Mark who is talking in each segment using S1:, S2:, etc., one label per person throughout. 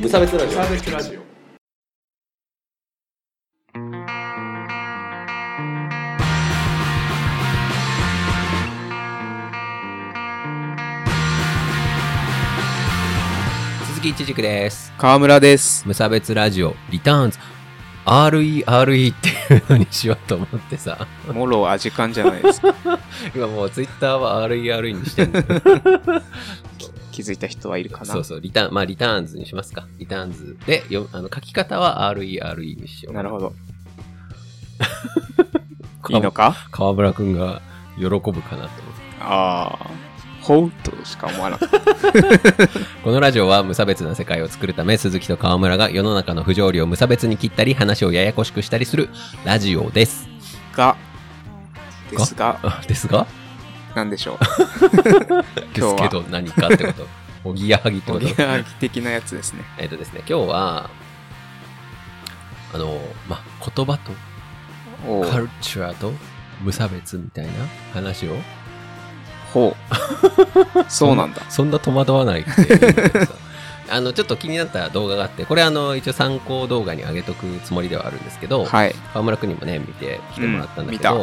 S1: 無差別ラジオ
S2: サーベスラジオ
S1: 鈴木一軸です
S3: 川村です。
S1: 無差別ラジオリターンズ RERE っていうのにしようと思ってさ
S3: もろ味感じゃな いですか。
S1: 今もうツイッターは RERE にしてるんだ
S3: 気づいた人はいるかな。
S1: そうそうリターンまあリターンズにしますかリターンズでよあの書き方は RERE にしよう
S3: なるほど。
S1: 川
S3: いいのか
S1: 川村くんが喜ぶかなと思って
S3: ああ。ほうとしか思わなかった。
S1: このラジオは無差別な世界を作るため鈴木と川村が世の中の不条理を無差別に切ったり話をややこしくしたりするラジオです
S3: が、ですが、
S1: あです が
S3: なんで しょう。
S1: で
S3: 今日
S1: す
S3: は
S1: けど何かってこと おぎやはぎって
S3: お
S1: こと
S3: ぎやはぎ的なやつですね。
S1: えっとですね、今日は、あの、ま、言葉と
S3: お
S1: カ
S3: う
S1: ルチャーと無差別みたいな話を、
S3: ほ う。そうなんだ。
S1: そんな戸惑わないっていうのがさあの、ちょっと気になった動画があって、これあの、一応参考動画に上げとくつもりではあるんですけど、
S3: はい。
S1: 川村君にもね、見てきてもらったんだけど、う
S3: う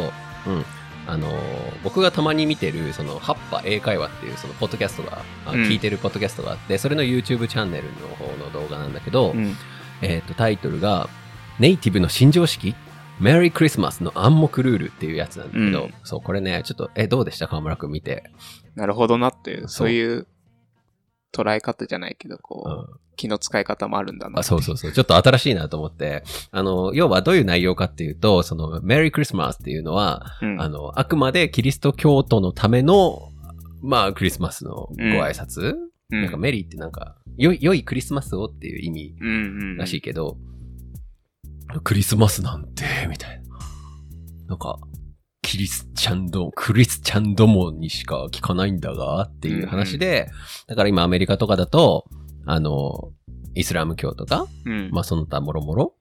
S1: ん、あの、僕がたまに見てる、その、葉っぱ英会話っていう、その、ポッドキャストが、あ
S3: うん
S1: 聞いてるポッドキャストがあって、それの YouTube チャンネルの方の動画なんだけど、
S3: うん。
S1: えっ、と、タイトルが、ネイティブの新常識メリークリスマスの暗黙ルールっていうやつなんだけど、
S3: うん
S1: そう、これね、ちょっと、え、どうでした河村くん見て。
S3: なるほどなっていう、
S1: そう
S3: そういう捉え方じゃないけど、
S1: う
S3: こ
S1: ん。
S3: う、気の使い方もあるんだな。
S1: あそうそうそう。ちょっと新しいなと思って。あの、要はどういう内容かっていうと、その、メリークリスマスっていうのは、
S3: うん。
S1: あの、あくまでキリスト教徒のための、まあ、クリスマスのご挨拶、
S3: うん、
S1: なんかメリーってなんか、良い、良いクリスマスをっていう意味
S3: うんうん。
S1: らしいけど、クリスマスなんて、みたいな。なんか、キリスチャンド、クリスチャンどもにしか聞かないんだが、っていう話で、だから今アメリカとかだと、あの、イスラム教とか、
S3: うん。
S1: まあその他もろもろ、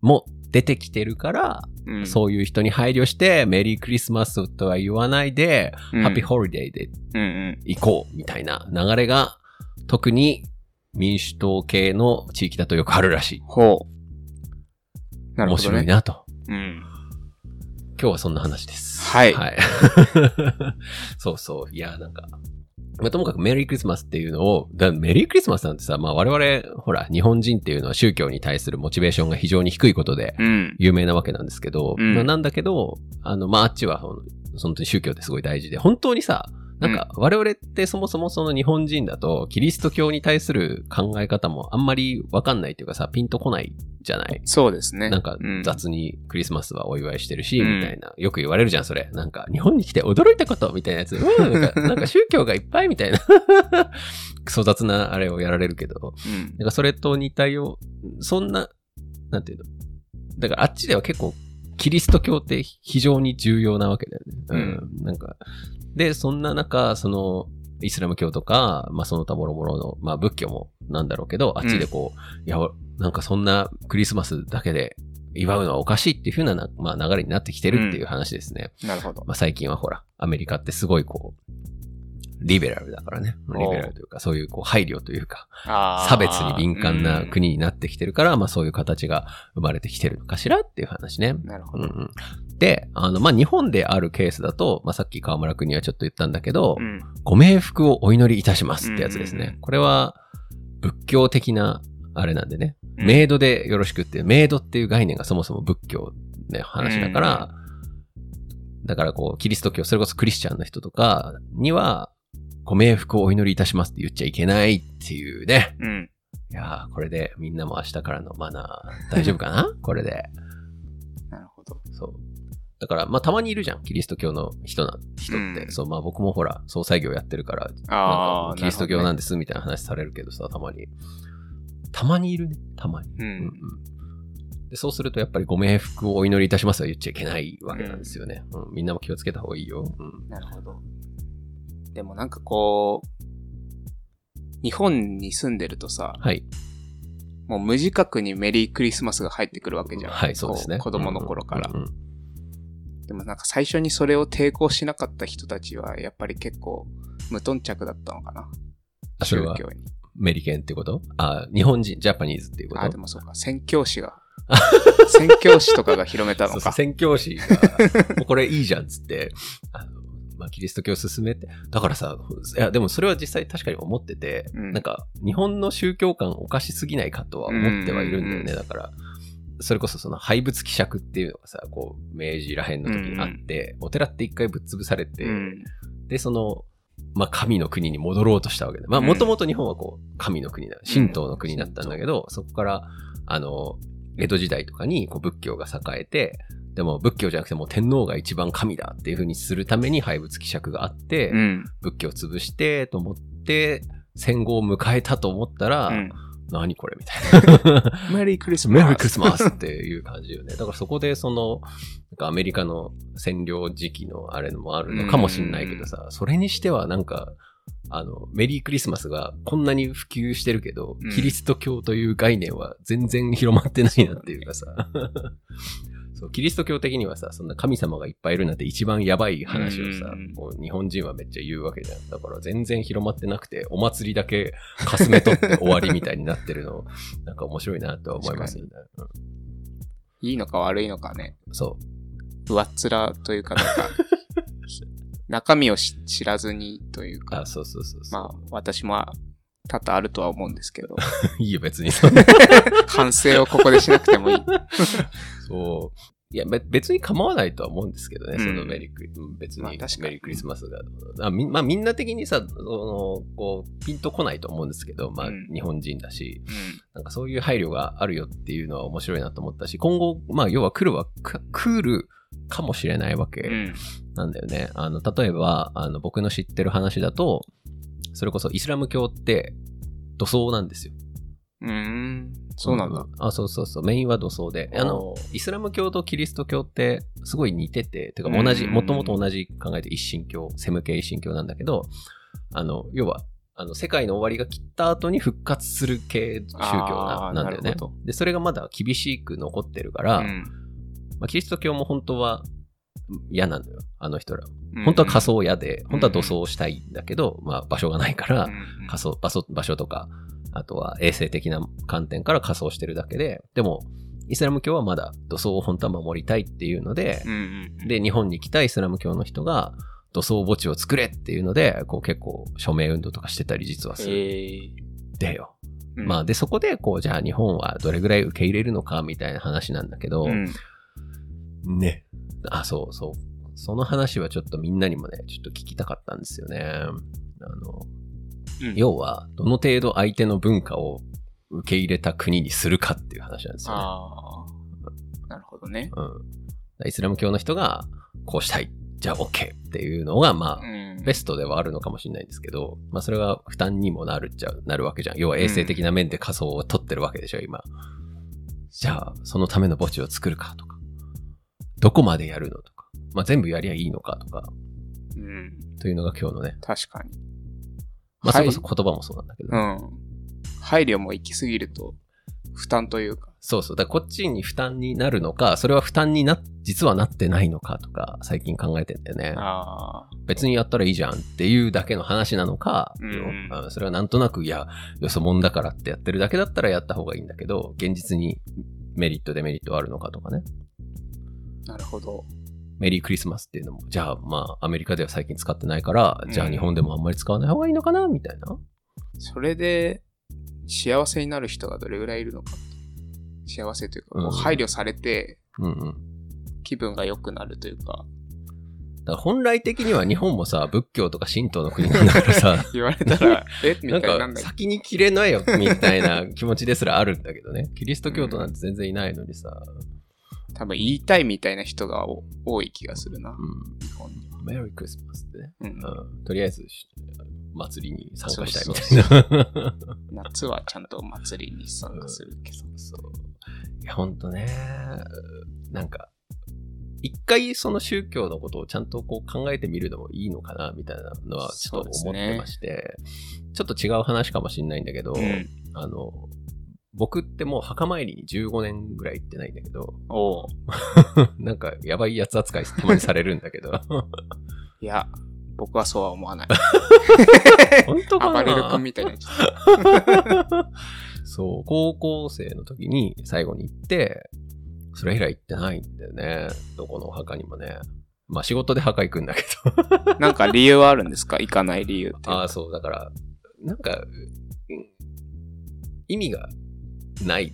S1: も出てきてるから、
S3: うん、
S1: そういう人に配慮して、メリークリスマスとは言わないで、
S3: うん、
S1: ハッピーホリデーで
S3: うんうん。
S1: 行こうみたいな流れが、特に民主党系の地域だとよくあるらしい。
S3: ほう。なる
S1: 面
S3: ほど
S1: 白い
S3: ね。
S1: なと。
S3: うん。
S1: 今日はそんな話です。
S3: はい
S1: はい、 そうそう。いや、なんか。まあ、ともかくメリークリスマスっていうのを、だメリークリスマスなんてさ、まあ我々、ほら、日本人っていうのは宗教に対するモチベーションが非常に低いことで
S3: うん。
S1: 有名なわけなんですけど、
S3: うん
S1: まあなんだけど、あの、まああっちは、ほん本当に宗教ってすごい大事で、本当にさ、なんか我々ってそもそもその日本人だと、キリスト教に対する考え方もあんまりわかんないというかさ、ピンとこないじゃない
S3: そうですね。
S1: なんか
S3: うん
S1: 雑にクリスマスはお祝いしてるし、
S3: うん
S1: みたいな。よく言われるじゃん、それ。なんか、日本に来て驚いたことみたいなやつ。うん、なんか、 なんか宗教がいっぱいみたいな。 クソ雑なあれをやられるけど。
S3: うん
S1: なんか、それと似たよう、そんな、なんていうの。だから、あっちでは結構、キリスト教って非常に重要なわけだよね。うん。なんか、で、そんな中、その、イスラム教とか、まあ、その他もろもろの、まあ、仏教もなんだろうけど、あっちでこう、いや、なんかそんなクリスマスだけで祝うのはおかしいっていう風なな、まあ、流れになってきてるっていう話ですね。
S3: なる ほど。
S1: まあ、最近はほら、アメリカってすごいこう、リベラルだからね。
S3: おう
S1: リベラルというか、そういうこう配慮というか、
S3: あー
S1: 差別に敏感な、国になってきてるから、まあそういう形が生まれてきてるのかしらっていう話ね。
S3: うんなるほ
S1: うん
S3: ど。
S1: うん、で、あの、まあ、日本であるケースだと、まあ、さっき川村君にはちょっと言ったんだけど、
S3: うん
S1: ご冥福をお祈りいたしますってやつです
S3: うんうん
S1: ね
S3: う。ん
S1: これは、仏教的な、あれなんでね、
S3: うん
S1: メイドでよろしくっていう、メイドっていう概念がそもそも仏教の話だから、だからこう、キリスト教、それこそクリスチャンの人とかには、ご冥福をお祈りいたしますって言っちゃいけないっていうね。
S3: うん。
S1: いやーこれでみんなも明日からのマナー、大丈夫か なこれで。
S3: なるほど。
S1: そう。だから、まあ、たまにいるじゃん。キリスト教の人な、人って。
S3: うん
S1: そう、まあ、僕もほら、総裁業やってるから、
S3: あ
S1: なんか
S3: あ、
S1: キリスト教
S3: な
S1: な
S3: る
S1: んですみたいな話されるけどさ、たまに。たまにいるね。たまに。
S3: ほどね。
S1: うんうんでそうすると、やっぱりご冥福をお祈りいたしますは言っちゃいけないわけなんですよね。うんみんなも気をつけた方がいいよ。
S3: うん。なるほど。でもなんかこう、日本に住んでるとさ、
S1: はい。
S3: もう無自覚にメリークリスマスが入ってくるわけじゃん。
S1: はい、そうですね。
S3: こ子供の頃から
S1: うん。うん
S3: でもなんか最初にそれを抵抗しなかった人たちは、やっぱり結構無頓着だったのかな。
S1: あそれは
S3: 宗教に。
S1: メリケンってことあ、日本人、ジャパニーズっていうこと
S3: あ、でもそうか。宣教師 が。宣教師とかが広めたの
S1: そうそう
S3: か。
S1: 宣教師が、もうこれいいじゃんっつって、 あのまあ、キリスト教を進めて、だからさ、いや、でもそれは実際確かに思ってて、
S3: うん
S1: なんか、日本の宗教観おかしすぎないかとは思ってはいるんだよね、
S3: うんうんうん
S1: だから。それこそその廃物希釈っていうのがさ、こう、明治らへんの時にあって、お寺って一回ぶっ潰されて、
S3: うん。
S1: で、その、まあ、神の国に戻ろうとしたわけで。まあ、
S3: うん
S1: もともと日本はこう、神の国だ、神道の国だったんだけど、そこから、あの、江戸時代とかにこう仏教が栄えて、でも仏教じゃなくてもう天皇が一番神だっていう風にするために廃仏希釈があって、
S3: うん。
S1: 仏教を潰してと思って、戦後を迎えたと思ったら、
S3: うん
S1: 何これみたいな。
S3: メリークリスマ
S1: メ
S3: ス。
S1: リークリスマスっていう感じよね。だからそこでその、なんかアメリカの占領時期のあれのもあるのかもしれないけどさ、それにしてはなんか、あの、メリークリスマスがこんなに普及してるけど
S3: うん、
S1: キリスト教という概念は全然広まってないなっていうかさ、そう、キリスト教的にはさ、そんな神様がいっぱいいるなんて一番やばい話をさ、
S3: うん
S1: こう日本人はめっちゃ言うわけじゃん。だから全然広まってなくて、お祭りだけかすめ取って終わりみたいになってるの、 なんか面白いなとは思いますよね。
S3: いいのか悪いのかね。
S1: うんそう。
S3: 上っ面というか、なんか、 中身をし知らずにというか、
S1: あ、そうそうそうそう。
S3: まあ、私も多々あるとは思うんですけど、
S1: いいよ、別に。そんな
S3: 反省をここでしなくて もいい。
S1: そう。いや、べ別に構わないとは思うんですけどね、
S3: うん
S1: そのメリークリ、別に
S3: まあ
S1: メリ
S3: 確かに
S1: ークリスマスが。あみまあ、みんな的にさ、そのこう、ピンとこないと思うんですけど、まあ、
S3: うん
S1: 日本人だし、
S3: うん
S1: なんかそういう配慮があるよっていうのは面白いなと思ったし、今後、まあ、要は来るは、か来るかもしれないわけ。
S3: うん。
S1: なんだよね。あの、例えば、あの、僕の知ってる話だと、それこそイスラム教って、土葬なんですよ。
S3: うーん。そうなんだ。。
S1: あ、そうそうそう。メインは土葬で。あの、
S3: おー、
S1: イスラム教とキリスト教ってすごい似てて、てか
S3: うんうん
S1: 同じ、もともと同じ考えて一神教、セム系一神教なんだけど、あの、要は、あの、世界の終わりが切った後に復活する系宗教
S3: あ
S1: なな
S3: ー
S1: んだよね
S3: なるほど。
S1: で、それがまだ厳しく残ってるから、まあ、キリスト教も本当は嫌なのよ、あの人ら。
S3: うん
S1: 本当は仮想屋で、本当は土葬したいんだけど、まあ場所がないから、
S3: うん
S1: 仮想、場所、場所とか、あとは衛生的な観点から仮想してるだけで、でも、イスラム教はまだ土葬を本当は守りたいっていうので
S3: う、んうんうん
S1: で、日本に来たイスラム教の人が、土葬墓地を作れっていうので、こう結構署名運動とかしてたり実はする。
S3: え
S1: でよ。
S3: ー
S1: まあ、で、そこで、こう、じゃあ日本はどれぐらい受け入れるのかみたいな話なんだけど、
S3: うん
S1: ね。あ、そうそう。その話はちょっとみんなにもね、ちょっと聞きたかったんですよね。あの、
S3: うん
S1: 要は、どの程度相手の文化を受け入れた国にするかっていう話なんですよね。
S3: ああ。なるほどね。
S1: うん。イスラム教の人が、こうしたい。じゃあ OK っていうのが、まあ、
S3: うん。
S1: ベストではあるのかもしれないんですけど、まあそれが負担にもなるっちゃ、なるわけじゃん。要は衛生的な面で仮想を取ってるわけでしょ、今。じゃあ、そのための墓地を作るかとか、どこまでやるのとか、まあ全部やりゃいいのかとか、
S3: うん。
S1: というのが今日のね、
S3: 確かに。
S1: まあそれこ
S3: はい
S1: そ言葉もそうなんだけど、
S3: うん。配慮も行き過ぎると、負担というか。
S1: そうそう、だからこっちに負担になるのか、それは負担にな、実はなってないのかとか、最近考えてんだよね。
S3: ああ。
S1: 別にやったらいいじゃんっていうだけの話なのか、
S3: うん
S1: あのそれはなんとなく、いや、よそもんだからってやってるだけだったらやった方がいいんだけど、現実にメリット、デメリットはあるのかとかね。
S3: なるほど。
S1: メリークリスマスっていうのも、じゃあまあ、アメリカでは最近使ってないから
S3: う、ん
S1: じゃあ日本でもあんまり使わない方がいいのかな、みたいな。
S3: それで、幸せになる人がどれぐらいいるのかっていう。幸せというか、こう
S1: うん
S3: 配慮されて、
S1: うんうん。
S3: 気分が良くなるという か、
S1: だから本来的には日本もさ、仏教とか神道の国なんだからさ、
S3: 言われたら、えみ
S1: な
S3: た
S1: ん
S3: いにな
S1: か
S3: んだけど。
S1: 先に切れないよみたい な気持ちですらあるんだけどね。キリスト教徒なんて全然いないのにさ、
S3: 多分言いたいみたいな人がお多い気がするな、
S1: う
S3: 日本には。
S1: ん。メリークリスマスってね。
S3: うん
S1: うんとりあえずし祭りに参加したいみたいな。
S3: 夏はちゃんとお祭りに参加するけど。
S1: そういや、ほんとね。なんか、一回その宗教のことをちゃんとこう考えてみるのもいいのかなみたいなのはちょっと思ってまして、ちょっと違う話かもしれないんだけど、
S3: うん。
S1: あの、僕ってもう墓参りに15年ぐらい行ってないんだけど、
S3: おう
S1: なんかやばいやつ扱いたまにされるんだけど、
S3: いや、僕はそうは思わない。
S1: 本当か
S3: 暴
S1: な
S3: れる君みたいなやつ。
S1: そう、高校生の時に最後に行って、それ以来行ってないんだよね。どこのお墓にもね。まあ仕事で墓行くんだけど。
S3: なんか理由はあるんですか行かない理由って。
S1: ああ、そう、だから、なんか、うん意味がない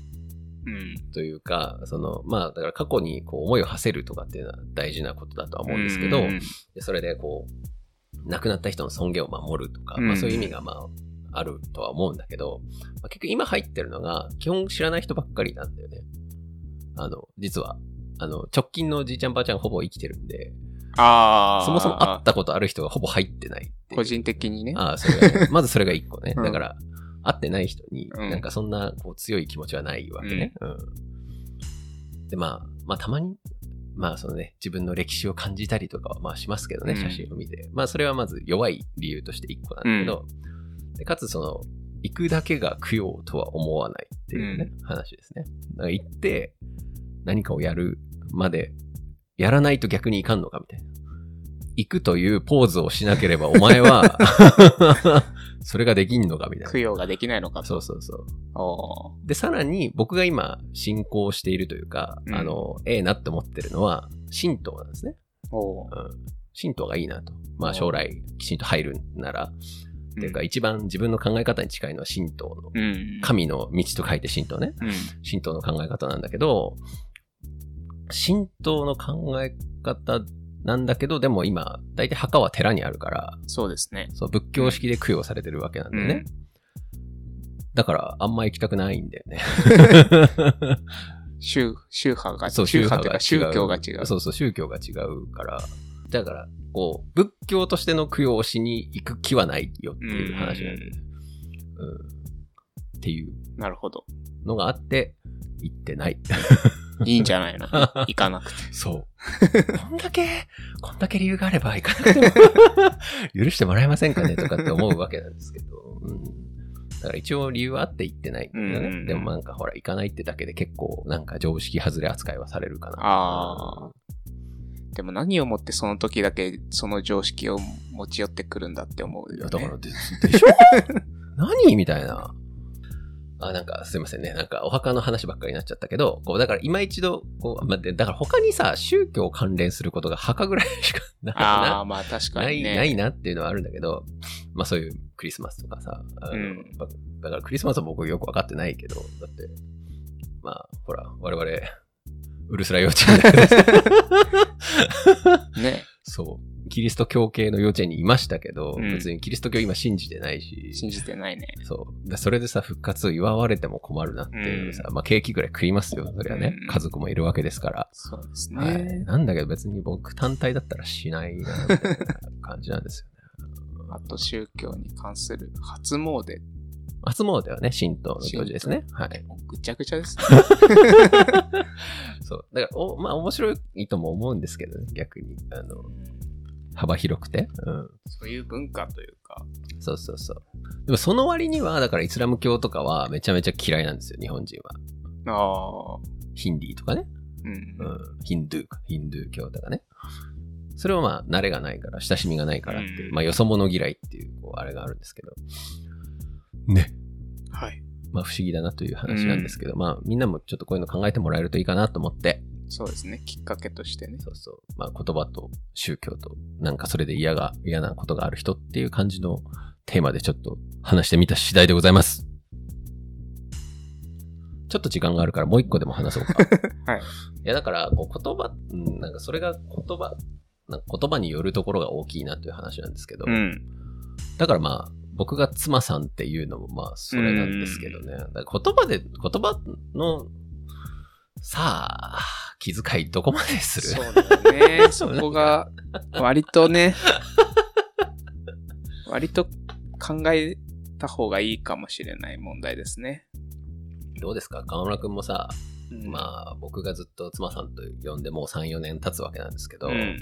S3: うん。
S1: というか、その、まあ、だから過去にこう思いを馳せるとかっていうのは大事なことだとは思うんですけど、
S3: うん
S1: でそれでこう、亡くなった人の尊厳を守るとか、
S3: うん
S1: まあそういう意味がまあ、あるとは思うんだけど、まあ、結局今入ってるのが、基本知らない人ばっかりなんだよね。あの、実は。あの、直近のじいちゃんばあちゃんほぼ生きてるんで、
S3: ああ。
S1: そもそも会ったことある人がほぼ入ってないっていう
S3: 個人的にね。
S1: ああ、それが ね、まずそれが一個ね。
S3: うん
S1: だから、会ってない人に、
S3: うん
S1: なんかそんなこう強い気持ちはないわけね。うんで、まあ、まあ、たまに、まあ、そのね、自分の歴史を感じたりとかは、まあ、しますけどね、
S3: うん
S1: 写真を見て。まあ、それはまず弱い理由として一個なんだけど、でかつ、その、行くだけが供養とは思わないっていうね、話ですね。だから行って、何かをやるまで、やらないと逆にいかんのかみたいな。行くというポーズをしなければお前 は、それができんのかみた
S3: 供
S1: い
S3: 養ができないのか
S1: な。
S3: と。
S1: そうそうそう。
S3: お
S1: で、さらに僕が今信仰しているというか、
S3: うん
S1: あの、ええなって思ってるのは、神道なんですね。
S3: ーおー
S1: 神道がいいなと。ま
S3: う
S1: あ
S3: ん
S1: 将来きちんと入るなら、っていうか
S3: うん
S1: 一番自分の考え方に近いのは神道の、
S3: うん。
S1: 神の道と書いて神道ね。
S3: うん。
S1: 神道の考え方なんだけど、神道の考え方なんだけど、でも今、大体墓は寺にあるから、
S3: そうですね。
S1: そう仏教式で供養されてるわけなんだよね。だから、あんま行きたくないんだよ ね。
S3: 宗、宗派が、
S1: そう
S3: 宗派というか宗教が違う。
S1: そうそう、宗教が違うから。だから、こう、仏教としての供養をしに行く気はないよっていう話なんだよね。うん。っていう
S3: なるほど。
S1: のがあって、行ってない。
S3: いいんじゃな いの行かなくて。
S1: そう。 こんだけ、こんだけ理由があれば行かなくて も許してもらえませんかねとかって思うわけなんですけど。うん、だから一応理由はあって行ってないんだよね、
S3: うんうんうん
S1: でもなんかほら、行かないってだけで結構なんか常識外れ扱いはされるかな。
S3: ああ。でも何をもってその時だけその常識を持ち寄ってくるんだって思う
S1: い
S3: よ、
S1: や、
S3: ね。
S1: だからで、で しょ何みたいな。あ、なんか、すいませんね。なんか、お墓の話ばっかりになっちゃったけど、こう、だから、今一度、こう、まあ、でだから他にさ、宗教関連することが墓ぐらいしかないな
S3: ああ、まあ確か
S1: な
S3: に
S1: い
S3: ね。
S1: ないなっていうのはあるんだけど、まあそういうクリスマスとかさ、あの
S3: うん
S1: だだからクリスマスは僕よく分かってないけど、だって、まあほら、我々、ウルスラ幼稚園だけど
S3: ね。
S1: そう、キリスト教系の幼稚園にいましたけど、
S3: うん
S1: 別にキリスト教今信じてないし、
S3: 信じてないね。
S1: そう。でそれでさ、復活を祝われても困るなっていうさ、まあケーキぐらい食いますよ、それはね
S3: うん。
S1: 家族もいるわけですから。
S3: そうです
S1: はい
S3: ね。
S1: なんだけど別に僕単体だったらしないな、みたいな感じなんですよね。
S3: あと宗教に関する初詣。
S1: 初詣はね、神道の行事ですね。はい。
S3: もうぐちゃぐちゃですね。
S1: そう。だから、おまあ、面白いとも思うんですけどね、逆に。あの、幅広くて。うん。
S3: そういう文化というか。
S1: そうそうそう。でも、その割には、だから、イスラム教とかはめちゃめちゃ嫌いなんですよ、日本人は。
S3: ああ。
S1: ヒンディーとかね。
S3: うん
S1: う。ん。ヒンドゥーか。ヒンドゥー教とかね。それはまあ、慣れがないから、親しみがないからっていう、
S3: うん
S1: まあ、よそ者嫌いっていう、こう、あれがあるんですけど。ね。
S3: はい。
S1: まあ、不思議だなという話なんですけど、まあ、みんなもちょっとこういうの考えてもらえるといいかなと思って、
S3: そうですね。きっかけとしてね。
S1: そうそう。まあ、言葉と宗教と、なんかそれで嫌が、嫌なことがある人っていう感じのテーマでちょっと話してみた次第でございます。ちょっと時間があるからもう一個でも話そうか。
S3: はい。
S1: いや、だから、こう言葉、うん、なんかそれが言葉、なんか言葉によるところが大きいなという話なんですけど、
S3: うん。
S1: だからまあ、僕が妻さんっていうのもまあ、それなんですけどね。だから言葉で、言葉の、さあ、気遣いどこまでする
S3: そうだよ ね。
S1: そ
S3: そうこが、割とね、 割と考えた方がいいかもしれない問題ですね。
S1: どうですか河村くんもさ、
S3: うん
S1: まあ僕がずっと妻さんと呼んでもう3、4年経つわけなんですけど、
S3: うん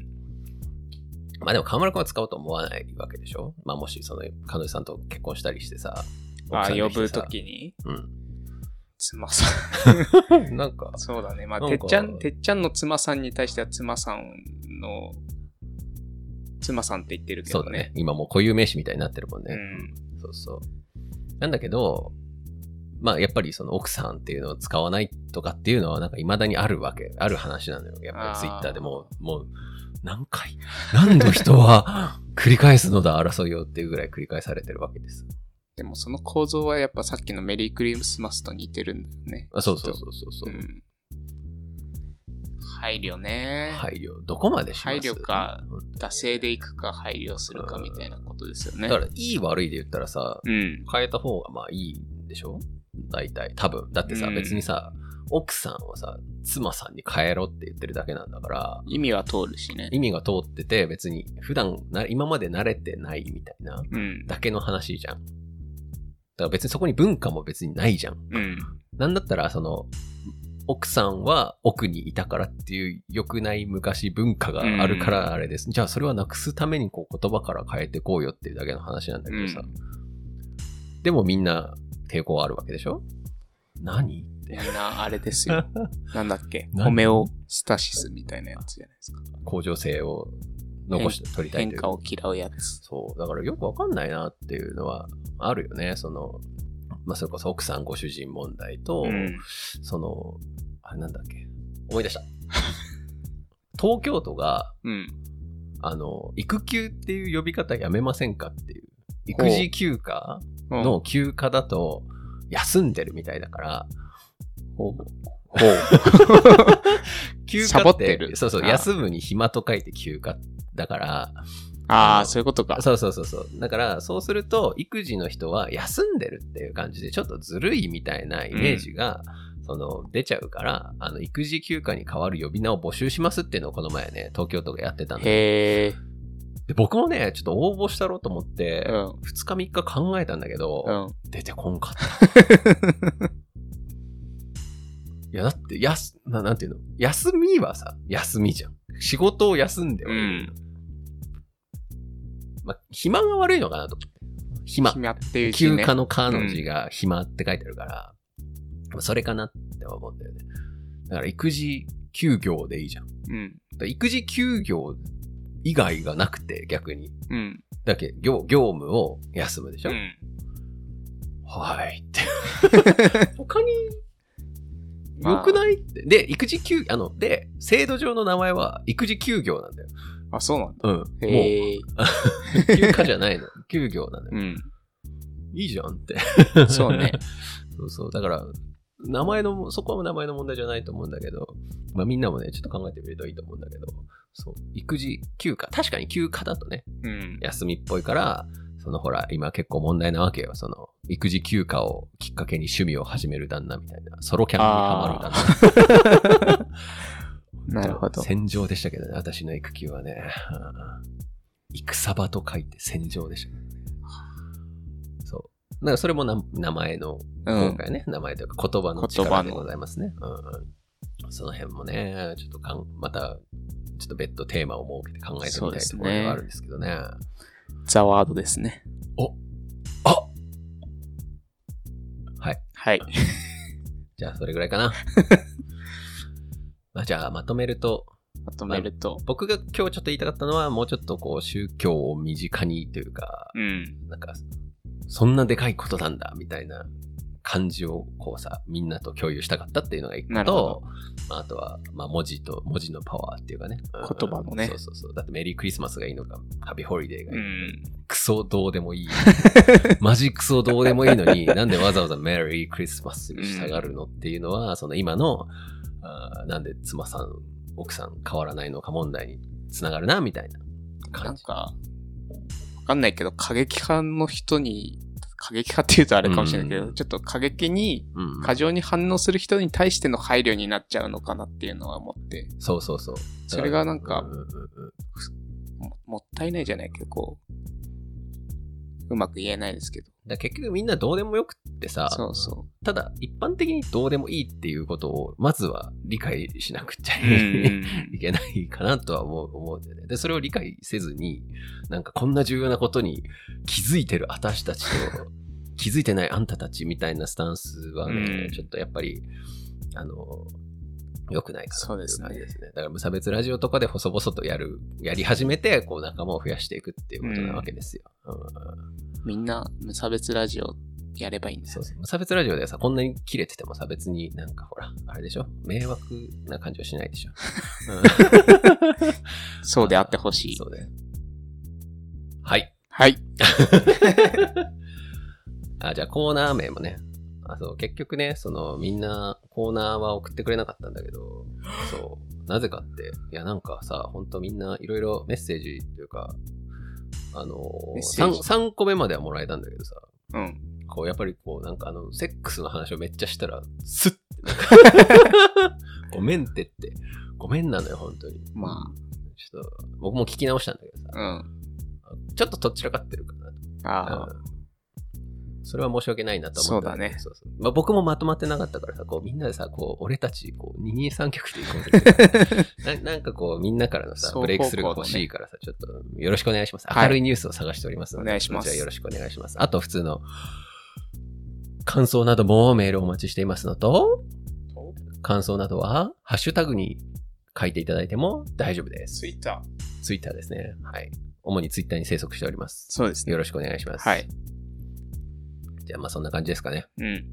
S1: まあでも河村くんは使おうと思わないわけでしょまあもしその彼女さんと結婚したりしてさ、
S3: あ
S1: 奥さん
S3: 呼
S1: できて
S3: ぶ
S1: さ
S3: と。きに、
S1: うん
S3: 妻さん。
S1: なんか、
S3: そうだね。まあ、
S1: なん
S3: て
S1: か
S3: っちゃん、てっちゃんの妻さんに対しては妻さんの、妻さんって言ってるけ
S1: そう
S3: ど
S1: だね
S3: ね。。
S1: 今もう固有名詞みたいになってるもんね。
S3: うん
S1: そうそう。なんだけど、まあやっぱりその奥さんっていうのを使わないとかっていうのはなんか未だにあるわけ、ある話なのよ。やっぱ
S3: あー
S1: りツイッターでもう、もう何回、 何度人は繰り返すのだ争いをっていうぐらい繰り返されてるわけです。
S3: でもその構造はやっぱさっきのメリークリスマスと似てるんだよね。
S1: あそうそうそうそうそうう、
S3: ん。配慮ね。
S1: 配慮、どこまでします
S3: 配慮か
S1: うん
S3: 惰性で行くか配慮するかみたいなことですよね。
S1: だから、いい悪いで言ったらさ、
S3: うん。
S1: 変えた方がまあいいんでしょ大体、多分。だってさ、
S3: うん
S1: 別にさ、奥さんをさ、妻さんに変えろって言ってるだけなんだから、
S3: 意味は通るしね。
S1: 意味が通ってて別に普段な今まで慣れてないみたいな
S3: うん。
S1: だけの話じゃん。だから別にそこに文化も別にないじゃん。
S3: うん。
S1: なんだったらその奥さんは奥にいたからっていう良くない昔文化があるからあれです。じゃあそれはなくすためにこう言葉から変えてこうよっていうだけの話なんだけどさ。
S3: う
S1: でもみんな抵抗あるわけでしょ何
S3: みんなあれですよ。 なんだっけ
S1: 何
S3: ホメオスタシスみたいなやつじゃないですか。
S1: 向上性を残して取りたい
S3: 変
S1: という
S3: 化を嫌うやつ。
S1: そう、だからよくわかんないなっていうのはあるよね。その、まあ、それこそ奥さんご主人問題と、
S3: うん。
S1: その、あれなんだっけ、思い出した。 東京都が、
S3: うん。
S1: あの、育休っていう呼び方やめませんかっていう。育児休暇
S3: うん
S1: の休暇だと、休んでるみたいだから、
S3: ほう。
S1: 休
S3: サ
S1: 暇
S3: ボ
S1: っ、
S3: っててる
S1: そうそう、
S3: あー
S1: 休むに暇と書いて休暇だから、
S3: ああ、そういうことか。
S1: そうそうそうそう。だから、そうすると、育児の人は休んでるっていう感じで、ちょっとずるいみたいなイメージが、その、出ちゃうから、あの、育児休暇に代わる呼び名を募集しますっていうのをこの前ね、東京都がやってたんで。
S3: へえ。
S1: で僕もね、ちょっと応募したろうと思って、
S3: うん。
S1: 2日3日考えたんだけど、
S3: うん。
S1: 出てこんかった。 いや、だって、やす、ななんていうの休みはさ、休みじゃん。仕事を休んで
S3: う
S1: はいる
S3: ん。
S1: まあ、暇が悪いのかなと思って。暇。
S3: 暇っていう字
S1: 休
S3: ね
S1: 暇の彼の字が暇って書いてあるから、まあそれかなって思うんだよね。だから育児休業でいいじゃん。だか
S3: うん。
S1: ら育児休業以外がなくて逆に。
S3: うん。
S1: だけ業業務を休むでし
S3: う
S1: ょ、
S3: ん。
S1: はいって。他に良くないって。で、育児休、あの、で、制度上の名前は育児休業なんだよ。
S3: あ、そうなんだ。
S1: うん。もう
S3: へえ。
S1: 休暇じゃないの。 休業なんだよ。
S3: うん。
S1: いいじゃんって。
S3: そうね。
S1: そうそう。だから、名前のも、そこは名前の問題じゃないと思うんだけど、まあみんなもね、ちょっと考えてみるといいと思うんだけど、そう、育児休暇。確かに休暇だとね、
S3: うん。
S1: 休みっぽいから、そのほら、今結構問題なわけよ。その、育児休暇をきっかけに趣味を始める旦那みたいな、ソロキャンにハマる旦那。
S3: なるほど。
S1: 戦場でしたけどね、私の育休はね。うん戦場と書いて戦場でしたけどね。そう。だからそれもな名前の
S3: う
S1: 今
S3: ん。
S1: 回ね、名前というか言葉の力でございますね。うんうん、その辺もね、ちょっとかんまた、ちょっと別途テーマを設けて考えて
S3: そう
S1: みた
S3: で
S1: いと
S3: すね
S1: ころではあるんですけどね。
S3: ザワードですね。
S1: おあはい。
S3: はい。
S1: じゃあ、それぐらいかな。 まあじゃあ、まとめると、
S3: まとめると。
S1: 僕が今日ちょっと言いたかったのは、もうちょっとこう、宗教を身近にというか、
S3: うん。
S1: なんか、そんなでかいことなんだ、みたいな感じを、こうさ、みんなと共有したかったっていうのが一
S3: な
S1: 個
S3: るほ
S1: と、まあ、あとは、まあ、文字と、文字のパワーっていうかね。うん
S3: 言葉のね
S1: そうそうそう。だってメリークリスマスがいいのか、ハビホリデーがいうい、
S3: ん。
S1: クソどうでもい い。マジクソどうでもいいのに、なんでわざわざメリークリスマスに従うのっていうのは、その今の、あーなんで妻さん、奥さん変わらないのか問題につながるな、みたいな
S3: な
S1: 感
S3: ん
S1: じ。
S3: か、わかんないけど、過激派の人に、過激派って言うとあれかもしれないけど、
S1: うん
S3: ちょっと過激に、
S1: うん
S3: 過剰に反応する人に対しての配慮になっちゃうのかなっていうのは思って、
S1: そうそうそう。
S3: それがなんか
S1: うんうんうん
S3: ももったいないじゃないけど、こう、うまく言えないですけど。
S1: だから結局みんなどうでもよくってさ、
S3: そうそ
S1: ただ一般的にどうでもいいっていうことをまずは理解しなくちゃ
S3: う。うん
S1: いけないかなとは思う思うんだよね。で、それを理解せずに、なんかこんな重要なことに気づいてる私たちと 気づいてないあんたたちみたいなスタンスはね、
S3: うん
S1: ちょっとやっぱり、あの、良くないかな
S3: そう
S1: ってい
S3: です
S1: う
S3: ね
S1: 感じですね。だから無差別ラジオとかで細々とやる、やり始めて、こう仲間を増やしていくっていうことなわけですよ。うん
S3: みんな無差別ラジオやればいいんです
S1: そ
S3: よ
S1: う。そう無差別ラジオでさ、こんなに切れててもさ、別になんかほら、あれでしょ迷惑な感じはしないでしょ、
S3: そうであってほしい。
S1: そうね。はい。
S3: はい。
S1: あ、じゃあコーナー名もね。あそう結局ね、そのみんなコーナーは送ってくれなかったんだけ ど、そう、なぜかって、いやなんかさ、ほんとみんないろいろメッセージというか、あの
S3: メッセージ
S1: 3、三個目まではもらえたんだけどさ、
S3: うん。
S1: こうやっぱりこうなんかあの、セックスの話をめっちゃしたら、スッ てなんか、ごめんってって、ごめんなのよ、本当に。
S3: ま
S1: ちょっと、僕も聞き直したんだけどさ、
S3: あ、うん。
S1: ちょっととっちらかってるかなと
S3: ああ、
S1: うんそれは申し訳ないなと思った
S3: そうだね
S1: そうそうまあ、僕もまとまってなかったからさ、こうみんなでさ、こう俺たち、こう二人三脚で行こ うぜな。なんかこうみんなからのさ、
S3: 双方向
S1: ブ
S3: のね
S1: レイクスルーが欲しいからさ、ちょっとよろしくお願いします。
S3: はい
S1: 明るいニュースを探しておりますので、
S3: お願いします
S1: そちらよろしくお願いします。あと普通の感想などもメールをお待ちしていますのと、感想などはハッシュタグに書いていただいても大丈夫です。
S3: イッター。
S1: ツイッターですね。はい。主にツイッターに生息しております。
S3: そうですね。
S1: よろしくお願いします。
S3: はい。。
S1: じゃあまあそんな感じですかね。
S3: うん。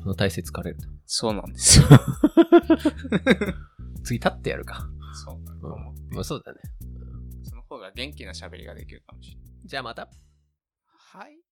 S1: この体勢疲れる。
S3: そうなんですよ。
S1: 次立ってやるか。
S3: そうな
S1: う
S3: ん
S1: ん
S3: 思って
S1: まあ、そうだね。
S3: その方が元気な喋りができるかもしれない。
S1: じゃあまた。
S3: はい。